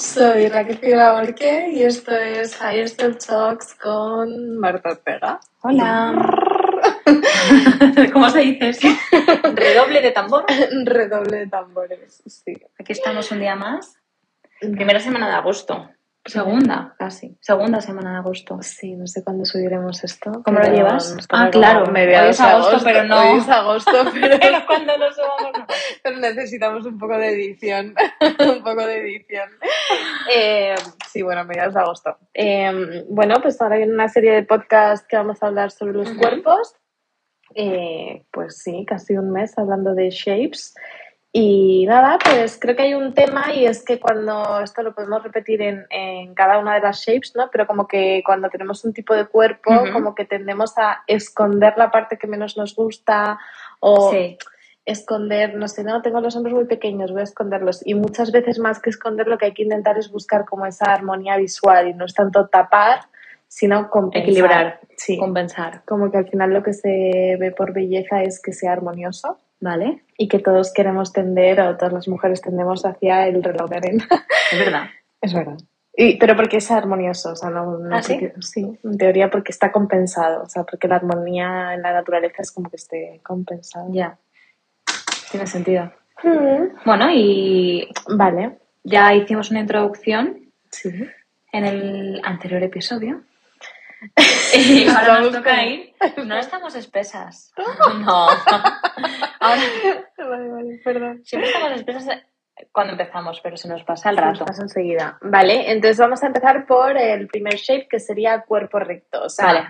Soy Raquel Figueroa Borque y esto es Higher Step Talks con Marta Ortega. Hola. ¿Cómo se dice eso? Redoble de tambor. Redoble de tambores, sí. Aquí estamos un día más. Primera semana de agosto. Segunda, casi. Segunda semana de agosto. Sí, no sé cuándo subiremos esto. ¿Cómo lo pero llevas? nos pone Ah, claro. como mediados Hoy es de agosto, pero no. Hoy es agosto, pero, Pero cuando lo subamos no. pero necesitamos un poco de edición. un poco de edición. Eh, sí, bueno, mediados de agosto. Eh, bueno, pues ahora hay una serie de podcasts que vamos a hablar sobre los Ujú. cuerpos. Eh, pues sí, casi un mes hablando de shapes. Y nada, pues creo que hay un tema y es que cuando, esto lo podemos repetir en, en cada una de las shapes, ¿no? Pero como que cuando tenemos un tipo de cuerpo, Ujú. como que tendemos a esconder la parte que menos nos gusta o Sí. esconder, no sé, no, tengo los hombros muy pequeños, voy a esconderlos. Y muchas veces más que esconder, lo que hay que intentar es buscar como esa armonía visual y no es tanto tapar, sino compensar. Equilibrar. Sí. Compensar. Como que al final lo que se ve por belleza es que sea armonioso ¿Vale? y que todos queremos tender, o todas las mujeres tendemos hacia el reloj de arena. Es verdad. Es verdad. Y, pero porque es armonioso, o sea, no, no ¿Ah, sí? porque- sí, en teoría porque está compensado, o sea, porque la armonía en la naturaleza es como que esté compensada. Ya. Tiene sentido. Bueno, y Vale, ya hicimos una introducción sí. en el anterior episodio. Y ahora nos toca ir. No estamos espesas. No. Ahora Vale, vale, perdón. Siempre estamos espesas cuando empezamos, pero se nos pasa el Nos rato. pasa enseguida. Vale, entonces vamos a empezar por el primer shape que sería cuerpo recto. O sea, Vale.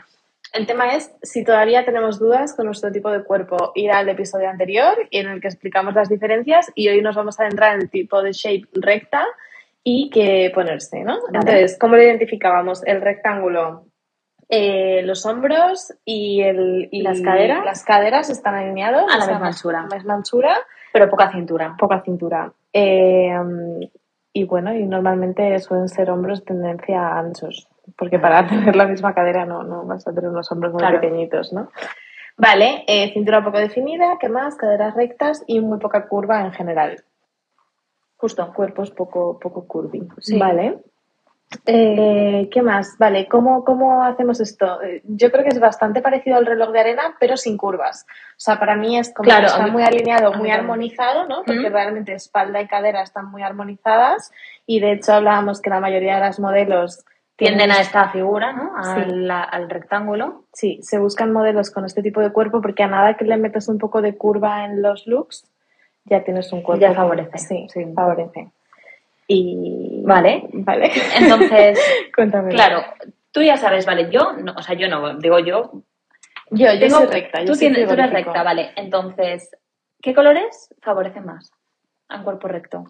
El tema es si todavía tenemos dudas con nuestro tipo de cuerpo, ir al episodio anterior en el que explicamos las diferencias y hoy nos vamos a adentrar en el tipo de shape recta y qué ponerse, ¿no? Vale. Entonces, ¿cómo lo identificábamos? El rectángulo, eh, los hombros y, el, y Las caderas. Las caderas están alineados A la o sea, misma anchura. misma anchura, Pero poca cintura. poca cintura. Eh, y bueno, y normalmente suelen ser hombros tendencia a anchos, porque para tener la misma cadera no, no vas a tener unos hombros muy Claro. pequeñitos, ¿no? Vale, eh, cintura poco definida, ¿qué más? Caderas rectas y muy poca curva en general. Justo. Cuerpos poco, poco curvy. Sí. Vale. Eh, ¿Qué más? Vale, ¿cómo, ¿cómo hacemos esto? Eh, Yo creo que es bastante parecido al reloj de arena, pero sin curvas. O sea, para mí es como Claro, que a está mí- muy alineado, muy mí también. armonizado, ¿no? Porque Mm. realmente espalda y cadera están muy armonizadas y de hecho hablábamos que la mayoría de las modelos Tienden tienen- a esta figura, ¿no? Sí. Al, al rectángulo. Sí, se buscan modelos con este tipo de cuerpo porque a nada que le metas un poco de curva en los looks, ya tienes un cuerpo. Ya que- pues favorece, Sí, Ah. sí. favorece. Y... Vale. Vale. Entonces, Cuéntame. claro, tú ya sabes, vale, yo, no, o sea, yo no, digo yo. Yo, yo tengo- soy recta. Ah, yo tú, soy tienes, tú eres frigorífico. recta, vale. Entonces, ¿qué colores favorecen más a un cuerpo recto?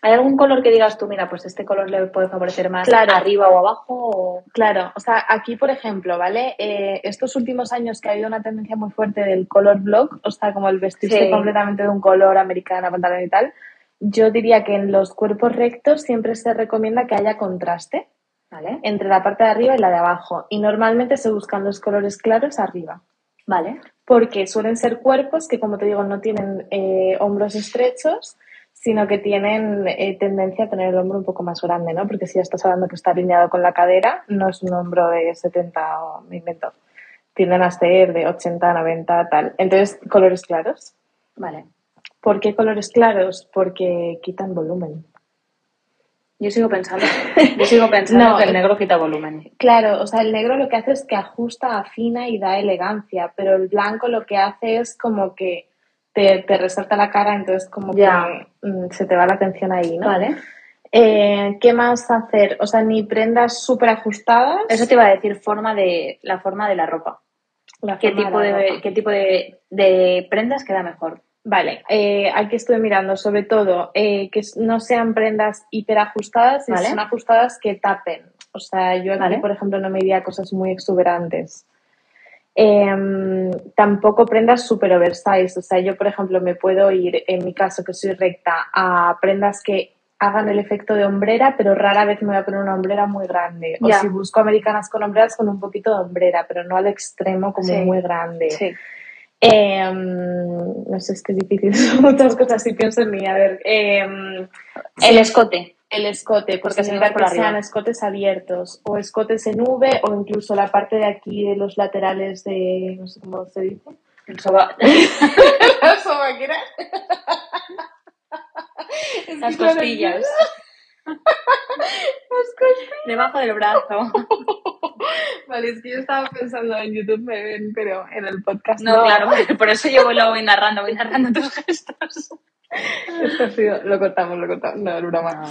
¿Hay algún color que digas tú, mira, pues este color le puede favorecer más Claro. arriba o abajo? o- Claro, o sea, aquí, por ejemplo, ¿vale? Eh, estos últimos años que ha habido una tendencia muy fuerte del color block, o sea, como el vestirse Sí. completamente de un color americana, pantalón y tal, yo diría que en los cuerpos rectos siempre se recomienda que haya contraste Vale. entre la parte de arriba y la de abajo, y normalmente se buscan los colores claros arriba. Vale. porque suelen ser cuerpos que, como te digo, no tienen eh, hombros estrechos, sino que tienen eh, tendencia a tener el hombro un poco más grande, ¿no? Porque si ya estás hablando que está alineado con la cadera, no es un hombro de 70 o me invento. Tienden a ser de 80, 90, tal. Entonces, colores claros. Vale. ¿Por qué colores claros? Porque quitan volumen. Yo sigo pensando, yo sigo pensando No, que el eh. negro quita volumen. Claro, o sea, el negro lo que hace es que ajusta, afina y da elegancia, pero el blanco lo que hace es como que te, te resalta la cara, entonces como Ya. que mm, se te va la atención ahí, ¿no? Vale. Eh, ¿Qué más hacer? O sea, ni prendas súper ajustadas. Eso te iba a decir forma de la forma de la ropa. ¿Qué tipo de, qué tipo de, de prendas queda mejor? Vale, eh, aquí estuve mirando sobre todo eh, que s- no sean prendas hiperajustadas, sino Vale. son ajustadas que tapen. O sea, yo aquí, Vale. por ejemplo, no me iría a cosas muy exuberantes. Em, tampoco prendas super oversize. O sea, yo, por ejemplo, me puedo ir, en mi caso, que soy recta, a prendas que hagan el efecto de hombrera, pero rara vez me voy a poner una hombrera muy grande. O Ya. si busco americanas con hombreras, con un poquito de hombrera, pero no al extremo como Sí. muy grande. Em, no sé, es que es difícil, son muchas cosas si pienso en mí. A ver, em, El escote. el escote, porque Sí, evitar por que arriba. sean escotes abiertos o escotes en V o incluso la parte de aquí de los laterales de, no sé cómo se dice. El soba- La sobaquera. Es que Las cuando costillas. empiezas- Las costillas. Debajo del brazo. Vale, es que yo estaba pensando en YouTube, me ven, pero en el podcast No, claro, por eso yo voy- lo voy narrando, voy narrando tus gestos. Esto ha sido- lo cortamos, lo cortamos, no, es broma.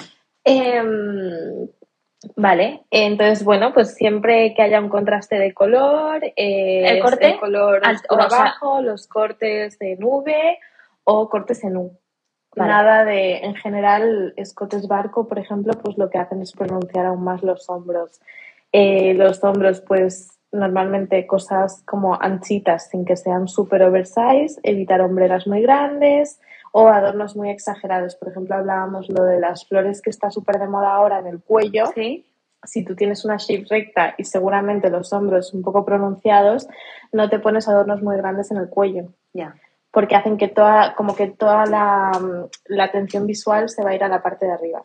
Em, vale, entonces bueno, pues siempre que haya un contraste de color, eh, ¿El corte? de color Al- oscuro o sea- abajo, los cortes de nube o cortes en U. Vale. Nada de, en general, escotes barco, por ejemplo, pues lo que hacen es pronunciar aún más los hombros. Eh, los hombros, pues normalmente cosas como anchitas, sin que sean super oversize, evitar hombreras muy grandes o adornos muy exagerados. Por ejemplo, hablábamos lo de las flores que está súper de moda ahora en el cuello Sí. si tú tienes una shape recta y seguramente los hombros un poco pronunciados, no te pones adornos muy grandes en el cuello, Ya. porque hacen que toda, como que toda la, mm, la atención visual se va a ir a la parte de arriba.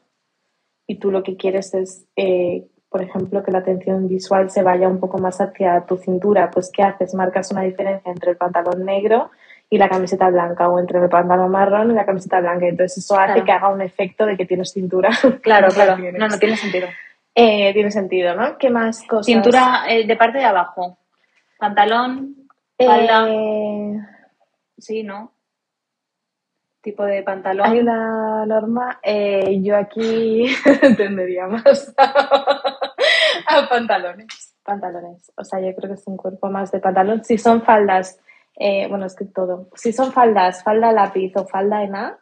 Y tú lo que quieres es, eh, por ejemplo, que la atención visual se vaya un poco más hacia tu cintura. Pues, ¿qué haces? Marcas una diferencia entre el pantalón negro y la camiseta blanca o entre el pantalón marrón y la camiseta blanca. Entonces, eso hace Claro. que haga un efecto de que tienes cintura. Claro, No la claro. tienes. No, no tiene sentido. Eh, tiene sentido, ¿no? ¿Qué más cosas? Cintura eh, de parte de abajo. Pantalón. Eh, falda. Sí, ¿no? Tipo de pantalón. hay una norma, eh, yo aquí tendería más a pantalones. Pantalones, o sea, yo creo que es un cuerpo más de pantalón. Si son faldas, eh, bueno, es que todo. Si son faldas, falda lápiz o falda en A,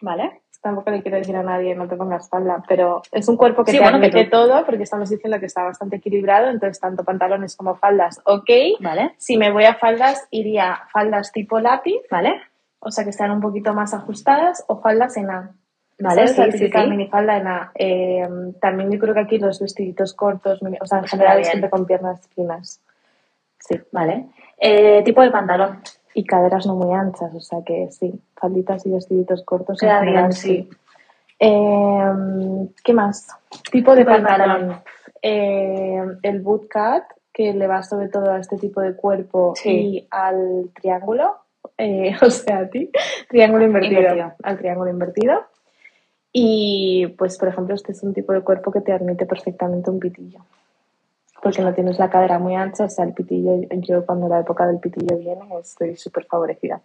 ¿vale? Tampoco le quiero decir a nadie, no te pongas falda, pero es un cuerpo que Sí, te bueno, que admite tú- todo, porque estamos diciendo que está bastante equilibrado, entonces tanto pantalones como faldas, ok. Vale. Si me voy a faldas, iría faldas tipo lápiz, Vale. o sea que sean un poquito más ajustadas, o faldas en A. Vale, ¿Sabes? sí, La sí, típica sí. minifalda en A. Eh, también yo creo que aquí los vestiditos cortos, mini- o sea, en Está general bien. siempre con piernas finas. Sí. Vale. Eh, tipo de pantalón. Y caderas no muy anchas, o sea que sí, falditas y vestiditos cortos. en Queda general, bien, sí. Eh, ¿Qué más? Tipo de Tipo de pantalón. pantalón. Eh, el bootcut, que le va sobre todo a este tipo de cuerpo Sí. y al triángulo, eh, o sea, a ti, triángulo invertido, Invertido. al triángulo invertido. Y pues, por ejemplo, este es un tipo de cuerpo que te admite perfectamente un pitillo. Porque no tienes la cadera muy ancha, o sea, el pitillo, yo cuando la época del pitillo viene, estoy súper favorecida.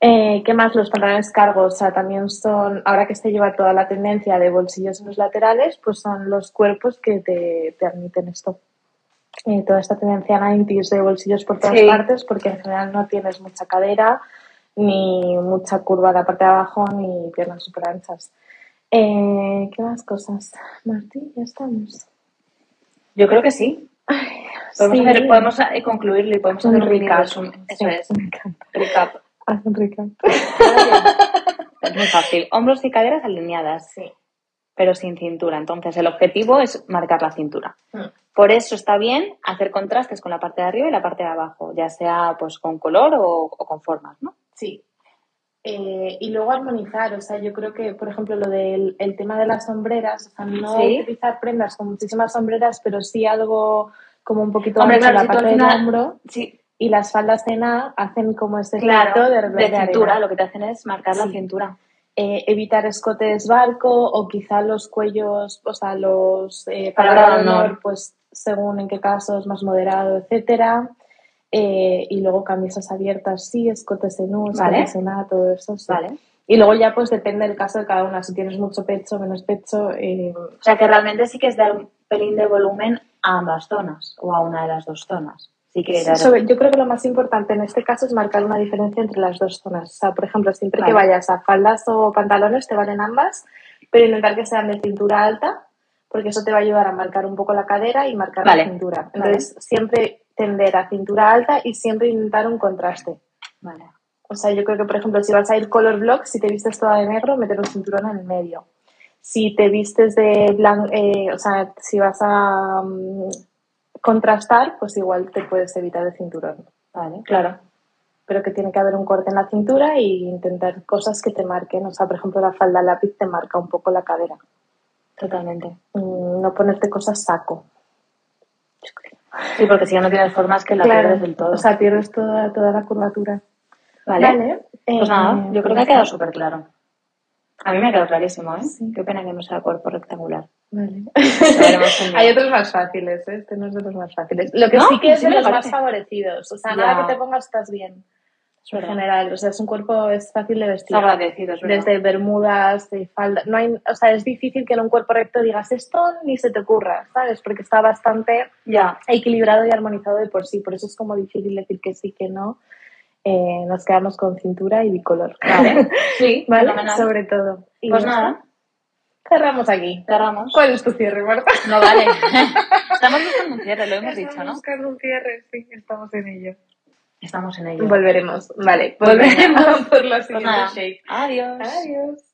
Eh, ¿Qué más? Los pantalones cargos, o sea, también son, ahora que se lleva toda la tendencia de bolsillos en los laterales, pues son los cuerpos que te, te admiten esto. Eh, toda esta tendencia 90s de bolsillos por todas Sí. partes, porque en general no tienes mucha cadera, ni mucha curva de la parte de abajo, ni piernas súper anchas. Eh, ¿Qué más cosas? Martí, ya estamos. Yo creo que sí. Podemos, Sí. hacer- podemos eh, concluirlo y podemos hacer un resumen. Eso es. Recap. Haz un recap. Es muy fácil. Hombros y caderas alineadas, sí. Pero sin cintura. Entonces, el objetivo es marcar la cintura. Mm. Por eso está bien hacer contrastes con la parte de arriba y la parte de abajo, ya sea pues con color o, o con formas, ¿no? Sí. Eh, y luego armonizar, o sea, yo creo que, por ejemplo, lo del el tema de las sombreras, o sea, no Sí. utilizar prendas con muchísimas sombreras, pero sí algo como un poquito Hombre, ancho en claro, si la tú al parte del final- hombro Sí, y las faldas de nada hacen como ese efecto claro. de De, reloj de cintura, arena. lo que te hacen es marcar la Sí. cintura. Eh, evitar escotes barco o quizá los cuellos, o sea, los eh, Palabra palabra de de honor. honor, pues según en qué caso es más moderado, etcétera. Eh, y luego camisas abiertas, sí, escotes en U, Vale. escotes en A, todo eso. sí. Vale. Y luego ya pues depende del caso de cada una, si tienes mucho pecho, menos pecho, eh, O sea que realmente sí que es dar un pelín de volumen a ambas zonas o a una de las dos zonas. Sí que dar- sobre- yo creo que lo más importante en este caso es marcar una diferencia entre las dos zonas. O sea, por ejemplo, siempre que Vale. vayas a faldas o pantalones te valen ambas, pero intentar que sean de cintura alta, porque eso te va a ayudar a marcar un poco la cadera y marcar Vale. la cintura. Entonces, siempre tender a cintura alta y siempre intentar un contraste. Vale. O sea, yo creo que, por ejemplo, si vas a ir color block, si te vistes toda de negro, meter un cinturón en el medio. Si te vistes de blanco, eh, o sea, si vas a mm, contrastar, pues igual te puedes evitar el cinturón. Vale, claro. Pero que tiene que haber un corte en la cintura y intentar cosas que te marquen. O sea, por ejemplo, la falda lápiz te marca un poco la cadera. Totalmente. Mm, No ponerte cosas saco. Sí, porque si ya no tienes formas que la pierdes del todo. O sea, pierdes toda, toda la curvatura. vale. eh, Pues nada, yo creo que pues ha quedado nada. súper claro. A mí me ha quedado clarísimo, ¿eh? Sí. Qué pena que no sea cuerpo rectangular. Vale. Lo veremos un día. Hay otros más fáciles, ¿eh? este no es de los más fáciles. Lo que No, sí que es sí de me los parece. más favorecidos. O sea, Ya. nada que te pongas estás bien. Es En verdad. general, o sea, es un cuerpo es fácil de Está vestir. agradecido, es verdad. Desde bermudas, de falda. No hay, o sea, es difícil que en un cuerpo recto digas esto ni se te ocurra, ¿sabes? Porque está bastante Ya, equilibrado y armonizado de por sí. Por eso es como difícil decir que sí, que no. Eh, nos quedamos con cintura y bicolor. vale. Sí, ¿Vale? fenomenal. Sobre todo. Y Pues ya nada, está. Cerramos aquí. cerramos. ¿Cuál es tu cierre, Marta? No vale. Estamos buscando un cierre, lo hemos dicho, ¿no? buscando un cierre, sí, estamos en ello. Estamos en ello. Volveremos. Vale, pues Volveremos. venga, por los Pues siguientes nada. shakes. Adiós. Adiós.